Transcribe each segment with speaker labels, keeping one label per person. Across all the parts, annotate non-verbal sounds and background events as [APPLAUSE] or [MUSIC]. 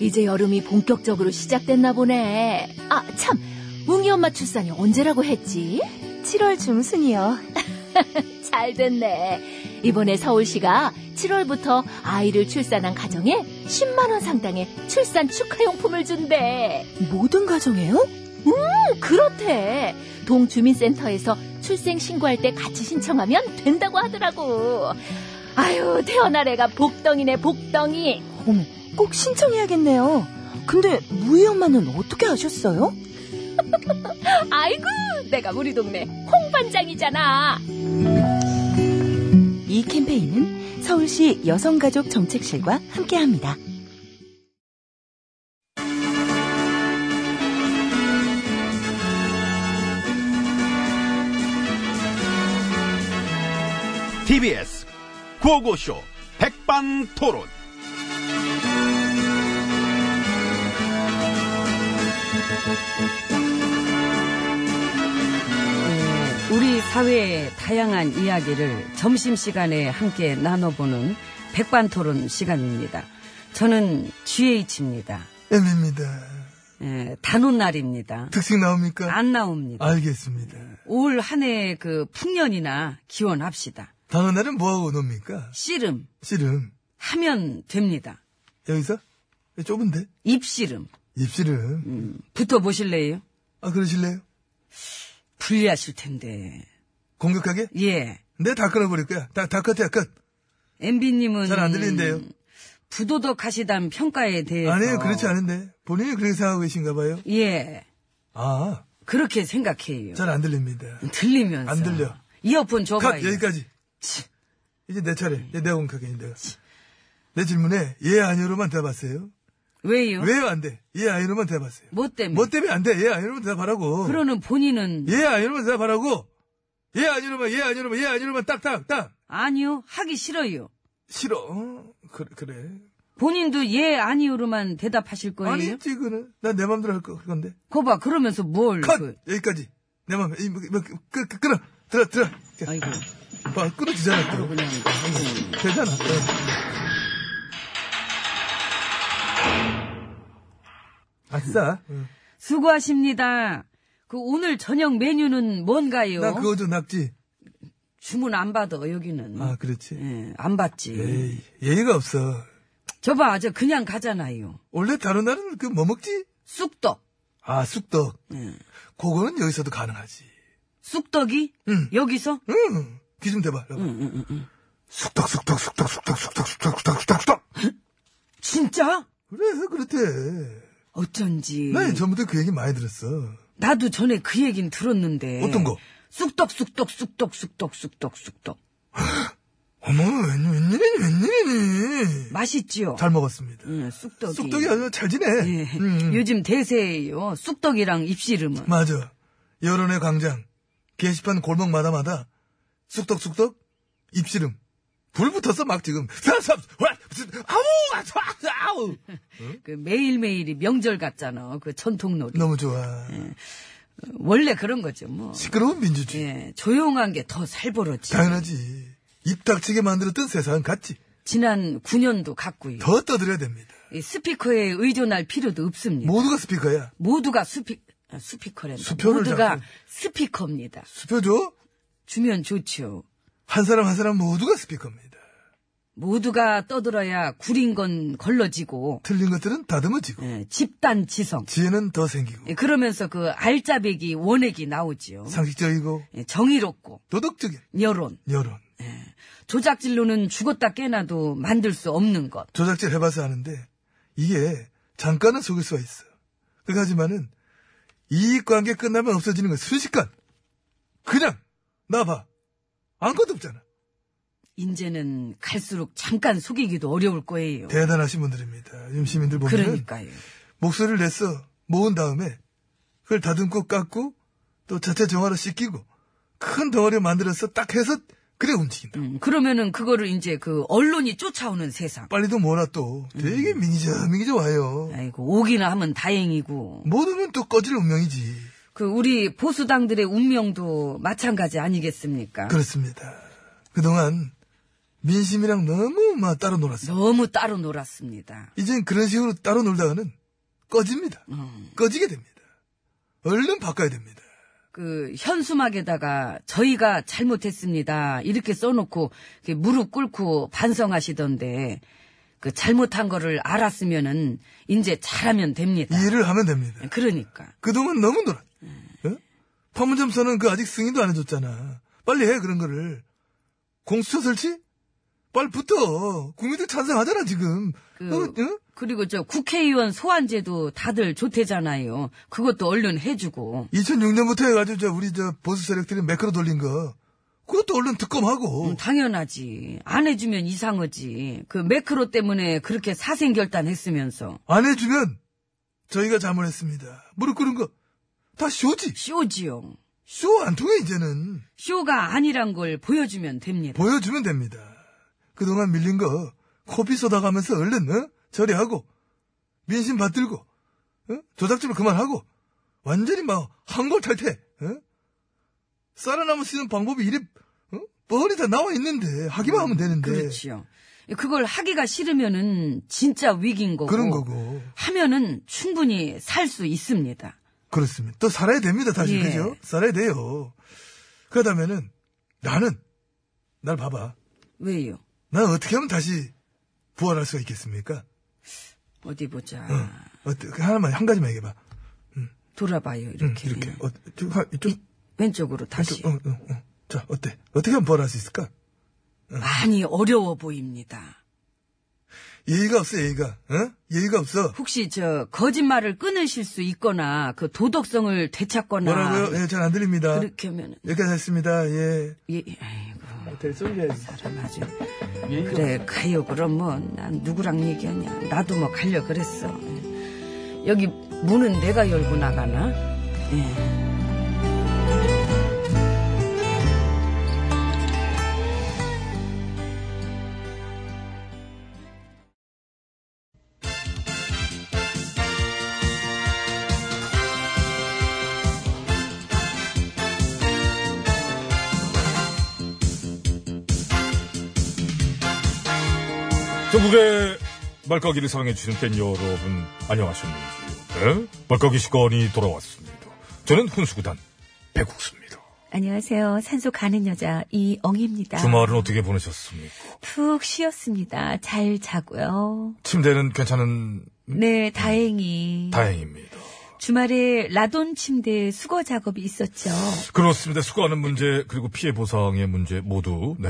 Speaker 1: 이제 여름이 본격적으로 시작됐나 보네. 아 참, 웅이 엄마 출산이 언제라고 했지?
Speaker 2: 7월 중순이요.
Speaker 1: [LAUGHS] 잘 됐네. 이번에 서울시가 7월부터 아이를 출산한 가정에 10만 원 상당의 출산 축하용품을 준대.
Speaker 2: 모든 가정에요?
Speaker 1: 음, 그렇대. 동주민센터에서 출생 신고할 때 같이 신청하면 된다고 하더라고. 아유, 태어날 애가 복덩이네, 복덩이.
Speaker 2: 어머, 꼭 신청해야겠네요. 근데 무희 엄마는 어떻게 아셨어요?
Speaker 1: 아이고, 내가 우리 동네 홍반장이잖아.
Speaker 2: 이 캠페인은 서울시 여성가족정책실과 함께합니다.
Speaker 3: TBS 구호고쇼 백반토론.
Speaker 4: 네, 우리 사회의 다양한 이야기를 점심시간에 함께 나눠보는 백반토론 시간입니다. 저는 GH입니다. 예,
Speaker 5: M입니다.
Speaker 4: 단오날입니다.
Speaker 5: 특식 나옵니까?
Speaker 4: 안 나옵니다.
Speaker 5: 알겠습니다.
Speaker 4: 올 한 해의 그 풍년이나 기원합시다.
Speaker 5: 다음 날은 뭐하고 놉니까?
Speaker 4: 씨름
Speaker 5: 씨름.
Speaker 4: 하면 됩니다.
Speaker 5: 여기서? 좁은데?
Speaker 4: 입씨름
Speaker 5: 입씨름.
Speaker 4: 음. 붙어보실래요?
Speaker 5: 아, 그러실래요?
Speaker 4: 불리하실 텐데.
Speaker 5: 공격하게?
Speaker 4: 예.
Speaker 5: 내 다 끊어버릴 거야. 다, 다 끝이야, 끝.
Speaker 4: MB님은.
Speaker 5: 잘안 들리는데요.
Speaker 4: 음. 부도덕하시단 평가에 대해서.
Speaker 5: 아니에요, 그렇지 않은데. 본인이 그렇게 생각하고 계신가 봐요.
Speaker 4: 예.
Speaker 5: 아,
Speaker 4: 그렇게 생각해요.
Speaker 5: 잘 안 들립니다.
Speaker 4: 들리면서.
Speaker 5: 안 들려.
Speaker 4: 이어폰
Speaker 5: 컷,
Speaker 4: 줘봐요.
Speaker 5: 여기까지.
Speaker 4: 치.
Speaker 5: 이제 내 차례. 이제 내가 공격해, 내가. 내 질문에 예, 아니요로만 대답하세요.
Speaker 4: 음. 왜요?
Speaker 5: 왜 안 돼? 예, 아니요로만 대답하세요.
Speaker 4: 뭐 때문에?
Speaker 5: 뭐 때문에 안 돼? 예, 아니요로만 대답하라고.
Speaker 4: 그러는 본인은
Speaker 5: 예, 아니요로만 대답하라고. 예, 아니요로만, 예, 아니요로만, 예, 아니요로만 딱, 딱, 딱.
Speaker 4: 아니요 하기 싫어요.
Speaker 5: 싫어. 어, 그래, 그래.
Speaker 4: 본인도 예 아니요로만 대답하실 거예요.
Speaker 5: 아니지, 그거는. 난 내 맘대로 할 거, 그건데.
Speaker 4: 거봐 그러면서 뭘?
Speaker 5: 컷!
Speaker 4: 그,
Speaker 5: 여기까지. 내 맘, 이, 뭐, 뭐, 끄, 끄, 끊어. 들어, 들어. 자,
Speaker 4: 아이고
Speaker 5: 봐, 끊어지잖아, 또.
Speaker 4: 그냥 무슨
Speaker 5: 되잖아. 어. 아싸.
Speaker 4: 어? 수고하십니다. 그 오늘 저녁 메뉴는 뭔가요?
Speaker 5: 나 그거 좀 낙지.
Speaker 4: 주문 안 받아 여기는.
Speaker 5: 아, 그렇지.
Speaker 4: 예, 안 받지.
Speaker 5: 에이, 예의가 없어.
Speaker 4: 저봐 저 그냥 가잖아요.
Speaker 5: 원래 다른 날은 그 뭐 먹지?
Speaker 4: 쑥떡.
Speaker 5: 아, 쑥떡.
Speaker 4: 예.
Speaker 5: 그거는 여기서도 가능하지.
Speaker 4: 쑥떡이
Speaker 5: 응.
Speaker 4: 여기서
Speaker 5: 응. 귀 좀 대봐. 여봐. 쑥떡, 쑥떡, 쑥떡, 쑥떡, 쑥떡, 쑥떡, 쑥떡, 쑥떡, 쑥떡.
Speaker 4: 진짜?
Speaker 5: 그래, 그렇대.
Speaker 4: 음. 어쩐지.
Speaker 5: 나 예전부터 그 얘기 많이 들었어.
Speaker 4: 나도 전에 그 얘긴 들었는데.
Speaker 5: 어떤 거?
Speaker 4: 쑥떡, 쑥떡, 쑥떡, 쑥떡, 쑥떡, 쑥떡.
Speaker 5: 어머, 웬, 웬일이니, 웬일이니.
Speaker 4: 맛있지요?
Speaker 5: 잘 먹었습니다.
Speaker 4: 응, 쑥떡이.
Speaker 5: 쑥떡이 아주 잘 지내.
Speaker 4: 음, 예.
Speaker 5: 음, 음.
Speaker 4: 요즘 대세예요. 쑥떡이랑 입씨름은.
Speaker 5: 맞아. 여론의 광장. 게시판 골목마다마다. 쑥떡, 쑥떡. 입시름. 불 붙었어, 막 지금. 삽삽, 와, 아우, 아, 아, 아우.
Speaker 4: 그 매일매일이 명절 같잖아. 그 전통놀이.
Speaker 5: 너무 좋아.
Speaker 4: 원래 그런 거죠, 뭐.
Speaker 5: 시끄러운 민주주의.
Speaker 4: 예, 조용한 게 더 살벌었지.
Speaker 5: 당연하지. 입 닥치게 만들었던 세상은 같지.
Speaker 4: 지난 9년도 갔고요.
Speaker 5: 더 떠들어야 됩니다.
Speaker 4: 이 스피커에 의존할 필요도 없습니다.
Speaker 5: 모두가 스피커야.
Speaker 4: 모두가 스피, 아, 스피커랜다.
Speaker 5: 수표를
Speaker 4: 모두가
Speaker 5: 잡고.
Speaker 4: 스피커입니다.
Speaker 5: 수표 줘.
Speaker 4: 주면 좋죠.
Speaker 5: 한 사람 한 사람 모두가 스피커입니다.
Speaker 4: 모두가 떠들어야 구린 건 걸러지고,
Speaker 5: 틀린 것들은 다듬어지고
Speaker 4: 예, 집단 지성.
Speaker 5: 지혜는 더 생기고
Speaker 4: 예, 그러면서 그 알짜배기 원액이 나오지요.
Speaker 5: 상식적이고
Speaker 4: 예, 정의롭고,
Speaker 5: 도덕적인
Speaker 4: 여론.
Speaker 5: 여론.
Speaker 4: 조작질로는 죽었다 깨나도 만들 수 없는 것.
Speaker 5: 조작질 해봐서 아는데 이게 잠깐은 속일 수가 있어. 그 하지만은 이익관계 끝나면 없어지는 건 순식간. 그냥 나봐. 아무것도 없잖아.
Speaker 4: 이제는 갈수록 잠깐 속이기도 어려울 거예요.
Speaker 5: 대단하신 분들입니다. 요즘 시민들 보면
Speaker 4: 그러니까요.
Speaker 5: 목소리를 냈어 모은 다음에 그걸 다듬고 깎고 또 자체 정화로 씻기고 큰 덩어리 만들어서 딱 해서 그래 움직인다.
Speaker 4: 음, 그러면은 그거를 이제 그 언론이 쫓아오는 세상.
Speaker 5: 빨리도 몰아 또 되게 미니저 미니저 와요.
Speaker 4: 음. 아이고 오기나 하면 다행이고.
Speaker 5: 못 오면 또 꺼질 운명이지.
Speaker 4: 그 우리 보수당들의 운명도 마찬가지 아니겠습니까?
Speaker 5: 그렇습니다. 그동안 민심이랑 너무 막 따로 놀았어요.
Speaker 4: 너무 따로 놀았습니다.
Speaker 5: 이젠 그런 식으로 따로 놀다가는 꺼집니다.
Speaker 4: 음.
Speaker 5: 꺼지게 됩니다. 얼른 바꿔야 됩니다.
Speaker 4: 그 현수막에다가 저희가 잘못했습니다 이렇게 써놓고 이렇게 무릎 꿇고 반성하시던데 그 잘못한 거를 알았으면은 이제 잘하면 됩니다.
Speaker 5: 이해를 하면 됩니다.
Speaker 4: 그러니까
Speaker 5: 그동안 너무 놀았.
Speaker 4: 음.
Speaker 5: 어? 판문점서는 그 아직 승인도 안 해줬잖아. 빨리 해 그런 거를. 공수처 설치? 빨리 붙어. 국민들 찬성하잖아 지금.
Speaker 4: 그-
Speaker 5: 어, 어?
Speaker 4: 그리고 저 국회의원 소환제도 다들 좋대잖아요. 그것도 얼른 해주고
Speaker 5: 2006년부터 해가지고 저 우리 저 보수 세력들이 매크로 돌린 거. 그것도 얼른 특검하고.
Speaker 4: 음, 당연하지 안 해주면 이상하지. 그 매크로 때문에 그렇게 사생결단했으면서
Speaker 5: 안 해주면 저희가 잘못했습니다. 무릎 꿇은 거 다 쇼지.
Speaker 4: 쇼지요.
Speaker 5: 쇼 안 통해 이제는
Speaker 4: 쇼가 아니란 걸 보여주면 됩니다.
Speaker 5: 보여주면 됩니다. 그동안 밀린 거 코피 쏟아가면서 얼른 어? 처리하고 민심 받들고 어? 조작질을 그만하고 완전히 막 한골 탈퇴. 어? 살아남을 수 있는 방법이 이리 어? 뻔히 다 나와 있는데 하기만 하면 되는데
Speaker 4: 음, 그렇지요. 그걸 하기가 싫으면은 진짜 위기인 거고.
Speaker 5: 런 거고
Speaker 4: 하면은 충분히 살 수 있습니다.
Speaker 5: 그렇습니다. 또 살아야 됩니다, 다시.
Speaker 4: 예.
Speaker 5: 그죠? 살아야 돼요. 그러다면은, 나는, 날 봐봐.
Speaker 4: 왜요?
Speaker 5: 난 어떻게 하면 다시 부활할 수가 있겠습니까?
Speaker 4: 어디 보자.
Speaker 5: 응. 어때, 하나만, 한 가지만 얘기해봐.
Speaker 4: 돌아봐요.
Speaker 5: 응,
Speaker 4: 음, 이렇게.
Speaker 5: 이렇게. 어, 좀, 하- 좀,
Speaker 4: 왼쪽으로 다시.
Speaker 5: 좀, 어, 어, 어. 자, 어때? 어떻게 하면 부활할 수 있을까?
Speaker 4: 많이 어려워 보입니다.
Speaker 5: 예의가 없어, 예의가. 응? 예의가 없어.
Speaker 4: 혹시 저 거짓말을 끊으실 수 있거나 그 도덕성을 되찾거나
Speaker 5: 뭐라고요? 예, 잘 안 들립니다.
Speaker 4: 그렇게 하면은
Speaker 5: 여기까지 했습니다. 예.
Speaker 4: 예, 아이고. 사람 아주. 그래, 가요. 그럼 뭐, 난 누구랑 얘기하냐. 나도 뭐 가려 그랬어. 예. 여기 문은 내가 열고 나가나? 예.
Speaker 6: 전국의 말까기를 사랑해주신 팬 여러분, 안녕하셨는지요? 네? 말까기 시간이 돌아왔습니다. 저는 훈수구단 백국수입니다.
Speaker 7: 안녕하세요. 산소 가는 여자
Speaker 4: 네.
Speaker 7: 이엉입니다.
Speaker 6: 주말은 어떻게 보내셨습니까?
Speaker 7: 푹 쉬었습니다. 잘 자고요.
Speaker 6: 침대는 괜찮은,
Speaker 7: 네, 다행히.
Speaker 6: 음. 다행입니다.
Speaker 7: 주말에 라돈 침대 수거 작업이 있었죠.
Speaker 6: 그렇습니다. 수고하는 문제, 그리고 피해 보상의 문제 모두, 네,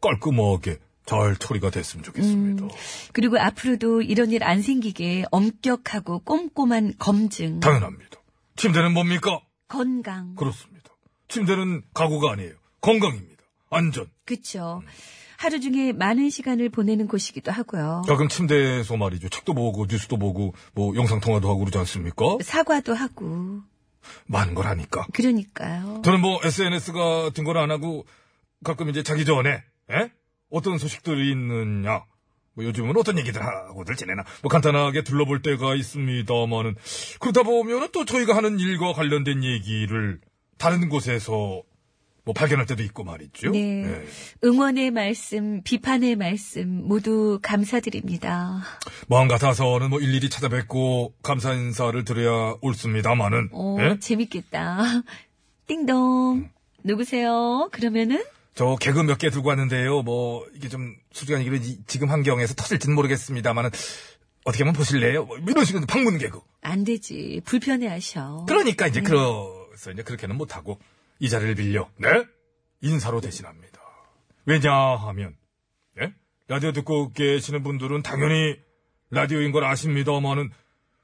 Speaker 6: 깔끔하게 잘 처리가 됐으면 좋겠습니다.
Speaker 7: 그리고 앞으로도 이런 일 안 생기게 엄격하고 꼼꼼한 검증.
Speaker 6: 당연합니다. 침대는 뭡니까?
Speaker 7: 건강.
Speaker 6: 그렇습니다. 침대는 가구가 아니에요. 건강입니다. 안전.
Speaker 7: 그쵸.
Speaker 5: 네.
Speaker 7: 하루 중에 많은 시간을 보내는 곳이기도 하고요.
Speaker 6: 가끔 침대에서 말이죠. 책도 보고 뉴스도 보고 뭐 영상 통화도 하고 그러지 않습니까?
Speaker 7: 사과도 하고.
Speaker 6: 많은 걸 하니까.
Speaker 7: 그러니까요.
Speaker 6: 저는 뭐 SNS 같은
Speaker 5: 예?
Speaker 6: 걸 안 하고 가끔 이제 자기 전에 에? 어떤 소식들이 있느냐
Speaker 5: 뭐 요즘은 어떤 얘기들 하고들 지내나 뭐 간단하게 둘러볼 때가 있습니다만은 그러다 보면은 또 저희가 하는 일과 관련된 얘기를 다른 곳에서 뭐 발견할 때도 있고 말이죠.
Speaker 4: 네.
Speaker 5: 예.
Speaker 4: 응원의 말씀, 비판의 말씀 모두 감사드립니다.
Speaker 5: 마음 같아서는 뭐 일일이 찾아뵙고 감사 인사를 드려야 옳습니다만은
Speaker 4: 오,
Speaker 5: 예?
Speaker 4: 어, 재밌겠다. [LAUGHS] 띵동. 누구세요? 그러면은
Speaker 5: 저 개그 몇 개 들고 왔는데요. 뭐 이게 좀 솔직한 얘기로 이- 지금 환경에서 터질진 모르겠습니다만은 어떻게 한번 보실래요? 뭐 이런 식으로 방문 개그.
Speaker 4: 안 되지. 불편해하셔.
Speaker 5: 그러니까 이제 그래서 이제 그렇게는 못하고 이 자리를 빌려 네 인사로 대신합니다. 왜냐하면 예? 라디오 듣고 계시는 분들은 당연히 라디오인 걸 아십니다만은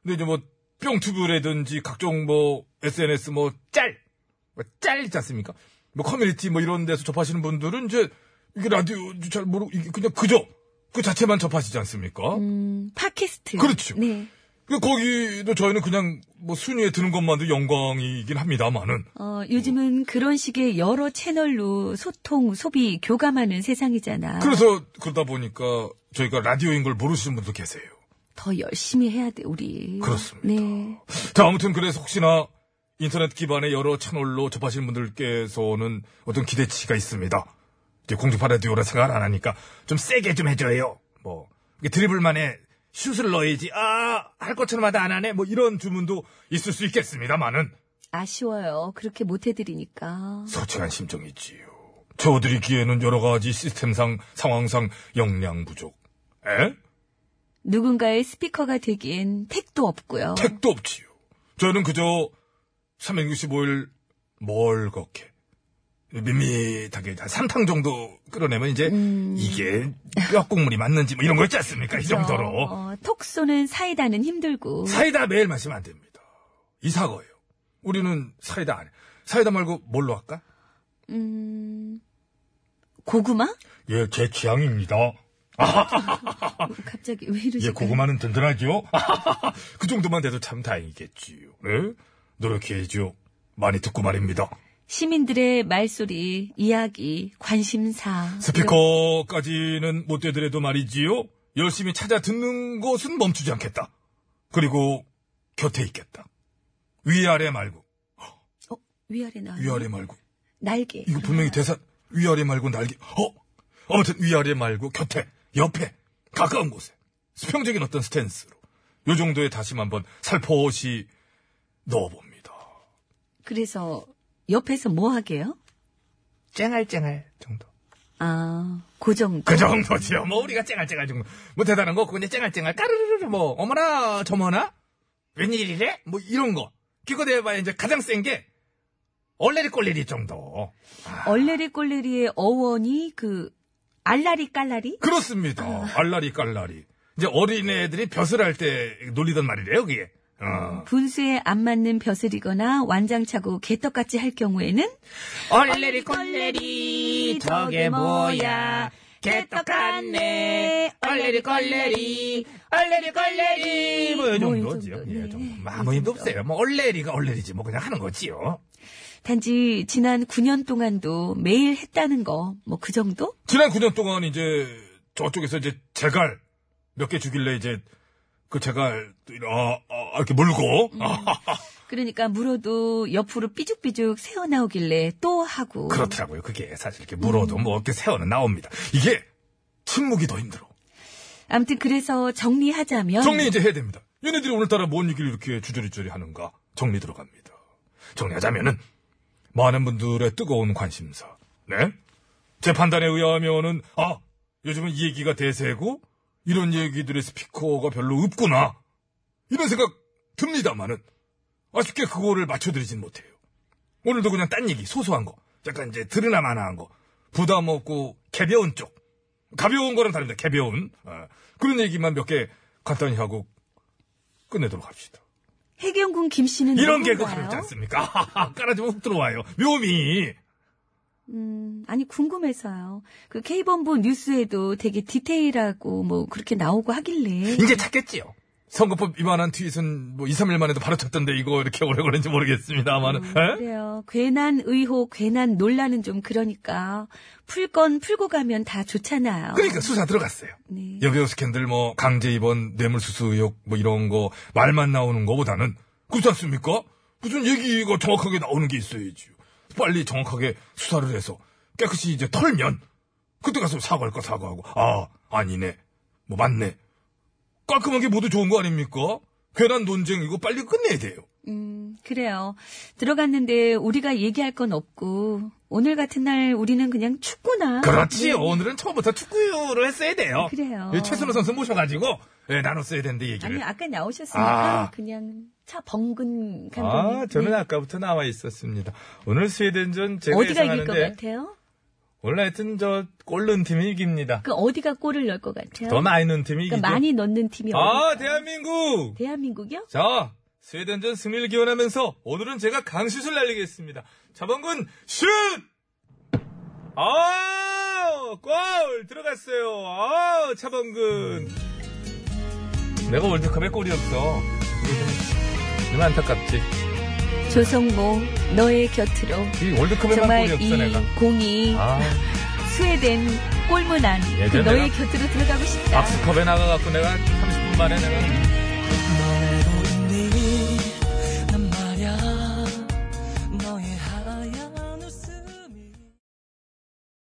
Speaker 5: 근데 이제 뭐 뿅튜브라든지 각종 뭐 SNS 뭐짤짤 있지 않습니까? 뭐 커뮤니티 뭐 이런 데서 접하시는 분들은 이제 이게 라디오 잘 모르고 이게 그냥 그저 그 자체만 접하시지 않습니까?
Speaker 4: 음, 팟캐스트.
Speaker 5: 그렇죠.
Speaker 4: 네.
Speaker 5: 그 거기도 저희는 그냥 뭐 순위에 드는 것만도 영광이긴 합니다만은
Speaker 4: 어,
Speaker 5: 음.
Speaker 4: 요즘은 그런 식의 여러 채널로 소통, 소비, 교감하는 세상이잖아.
Speaker 5: 그래서 그러다 보니까 저희가 라디오인 걸 모르시는 분도 계세요.
Speaker 4: 더 열심히 해야 돼, 우리.
Speaker 5: 그렇습니다.
Speaker 4: 네.
Speaker 5: 자 아무튼 그래서 혹시나 인터넷 기반의 여러 채널로 접하시는 분들께서는 어떤 기대치가 있습니다. 이제 공중파 라디오라 생각을 안 하니까 좀 세게 좀 해줘요. 뭐 이게 드리블만에 슛을 넣어야지 아 할 것처럼 하다 안 하네 뭐 이런 주문도 있을 수 있겠습니다만은
Speaker 4: 아쉬워요. 그렇게 못 해드리니까.
Speaker 5: 솔직한 심정이지요. 저드리기에는 여러 가지 시스템상, 상황상 역량 부족. 에?
Speaker 4: 누군가의 스피커가 되기엔 택도 없고요.
Speaker 5: 택도 없지요. 저는 그저 365일 멀겋게 밋밋하게 한 삼탕 정도 끓어내면 이제
Speaker 4: 음.
Speaker 5: 이게 뼈국물이 맞는지 뭐 이런 거 있지 않습니까? 이 정도로.
Speaker 4: 어, 톡 쏘는 사이다는 힘들고.
Speaker 5: 사이다 매일 마시면 안 됩니다. 이사거예요. 우리는 사이다 안 해. 사이다 말고 뭘로 할까?
Speaker 4: 음, 고구마?
Speaker 5: 예, 제 취향입니다.
Speaker 4: 갑자기 왜 이러지?
Speaker 5: 예, 고구마는 든든하죠? [LAUGHS] 그 정도만 돼도 참 다행이겠지요. 예? 노력해야죠. 많이 듣고 말입니다.
Speaker 4: 시민들의 말소리, 이야기, 관심사.
Speaker 5: 스피커까지는 못 되더라도 말이지요. 열심히 찾아 듣는 것은 멈추지 않겠다. 그리고 곁에 있겠다. 위아래 말고,
Speaker 4: 그 위아래 나.
Speaker 5: 위아래 말고.
Speaker 4: 날개.
Speaker 5: 이거 분명히 대사, 위아래 말고 날개, 어? 아무튼 위아래 말고 곁에, 옆에, 가까운 곳에. 수평적인 어떤 스탠스로. 요 정도에 다시 한번 살포시 넣어봅니다.
Speaker 4: 그래서 옆에서 뭐 하게요?
Speaker 5: 쨍알쨍알 정도.
Speaker 4: 아, 그 정도.
Speaker 5: 그 정도지요. 뭐 우리가 쨍알쨍알 정도. 뭐 대단한 거 없고 그냥 쨍알쨍알 까르르르 뭐 어머나 저머나 웬일이래? 뭐 이런 거. 기껏 해봐야 이제 가장 센 게 얼레리 꼴레리 정도.
Speaker 4: 얼레리 꼴레리의 어원이 그 알라리 깔라리?
Speaker 5: 그렇습니다. 알라리 깔라리. 이제 어린애들이 벼슬 할 때 놀리던 말이래요 그게.
Speaker 4: 음.
Speaker 5: 어.
Speaker 4: 분수에 안 맞는 벼슬이거나 완장차고 개떡같이 할 경우에는
Speaker 8: 얼레리 꼴레리 저게 뭐야 개떡같네 얼레리 꼴레리 얼레리 꼴레리
Speaker 5: 뭐, 이
Speaker 4: 뭐이
Speaker 5: 정도지요.
Speaker 4: 정도네.
Speaker 5: 예, 정도. 뭐 아무 힘도 없어요. 뭐, 얼레리가 얼레리지. 뭐, 그냥 하는 거지요.
Speaker 4: 단지 지난 9년 동안도 매일 했다는 거 뭐 그 정도?
Speaker 5: 지난 9년 동안 이제 저쪽에서 이제 제갈 몇 개 주길래 이제 그 제갈 또 이렇게, 아, 아, 이렇게 물고
Speaker 8: 음.
Speaker 4: 그러니까 물어도 옆으로 삐죽삐죽 새어 나오길래 또 하고
Speaker 5: 그렇더라고요. 그게 사실 이렇게 물어도 뭐 이렇게 세어는 나옵니다. 이게 침묵이 더 힘들어.
Speaker 4: 아무튼 그래서 정리하자면
Speaker 5: 정리 이제 해야 됩니다. 얘네들이 오늘따라 뭔 얘기를 이렇게 주저리저리 하는가 정리 들어갑니다. 정리하자면은 많은 분들의 뜨거운 관심사, 네? 제 판단에 의하면은 아 요즘은 이 얘기가 대세고 이런 얘기들의 스피커가 별로 없구나 이런 생각 듭니다만은 아쉽게 그거를 맞춰드리진 못해요. 오늘도 그냥 딴 얘기 소소한 거, 약간 이제 들으나 마나한 거 부담 없고 개벼운 쪽 가벼운 거랑 다릅니다. 개벼운. 어, 그런 얘기만 몇 개 간단히 하고 끝내도록 합시다.
Speaker 4: 해경군 김 씨는
Speaker 5: 이런 개그
Speaker 4: 누군가요?
Speaker 5: 가볍지 않습니까? [LAUGHS] 깔아주면 훅 들어와요. 묘미.
Speaker 4: 음, 아니 궁금해서요. 그 K본부 뉴스에도 되게 디테일하고 뭐 그렇게 나오고 하길래
Speaker 5: 이제 찾겠지요. 선거법 위반한 트윗은 뭐 2, 3일 만에도 바로 쳤던데 이거 이렇게 오래 걸린지 모르겠습니다만은. 에?
Speaker 4: 음, 그래요. 괜한 의혹, 괜한 논란은 좀 그러니까 풀 건 풀고 가면 다 좋잖아요. 네.
Speaker 5: 그러니까 수사 들어갔어요. 여배우 스캔들 뭐 강제 입원, 뇌물수수 의혹 뭐 이런 거 말만 나오는 거보다는 그렇지 않습니까? 무슨 얘기가 정확하게 나오는 게 있어야지. 빨리 정확하게 수사를 해서 깨끗이 이제 털면 그때 가서 사과할 거 사과하고 아 아니네 뭐 맞네 깔끔하게 모두 좋은 거 아닙니까? 괜한 논쟁 이거 빨리 끝내야 돼요.
Speaker 4: 음, 그래요. 들어갔는데 우리가 얘기할 건 없고 오늘 같은 날 우리는 아, 그냥 축구나
Speaker 5: 그렇지요. 오늘은 처음부터 축구로 했어야 돼요.
Speaker 4: 아, 그래요.
Speaker 5: 예, 최순호 선수 모셔가지고 예, 나눴어야 되는데 얘기를.
Speaker 4: 아니 아까 나오셨으니까
Speaker 5: 아.
Speaker 4: 그냥 차 벙근 감독님
Speaker 5: 아, 저는
Speaker 4: 네.
Speaker 5: 아까부터 나와 있었습니다. 오늘 스웨덴전 제가
Speaker 4: 어디가 이길 것
Speaker 5: 예상하는데
Speaker 4: 같아요?
Speaker 5: 원래 하여튼 저 골른 팀이 이깁니다.
Speaker 4: 그 어디가 골을 넣을 것 같아요?
Speaker 5: 더 많이 넣은 팀이 이기죠.
Speaker 4: 그러니까 많이 넣는 팀이
Speaker 5: 아,
Speaker 4: 어디?
Speaker 5: 대한민국!
Speaker 4: 대한민국이요?
Speaker 5: 자, 스웨덴전 승리를 기원하면서 오늘은 제가 강슛을 날리겠습니다. 자방군 슛! 아, 골 들어갔어요. 아, 차범근. 내가 월드컵에 골이 없어. [LAUGHS] 이게 좀, 좀 안타깝지.
Speaker 4: 조성모 너의 곁으로
Speaker 5: 이 월드컵에만 골이
Speaker 4: 정말
Speaker 5: 없어
Speaker 4: 이
Speaker 5: 내가.
Speaker 4: 공이
Speaker 5: 아,
Speaker 4: 스웨덴 골문 안그
Speaker 5: 예전에
Speaker 4: 너의
Speaker 5: 내가
Speaker 4: 곁으로 들어가고 싶다.
Speaker 5: 박스컵에 나가갖고 내가 30분 만에 내가.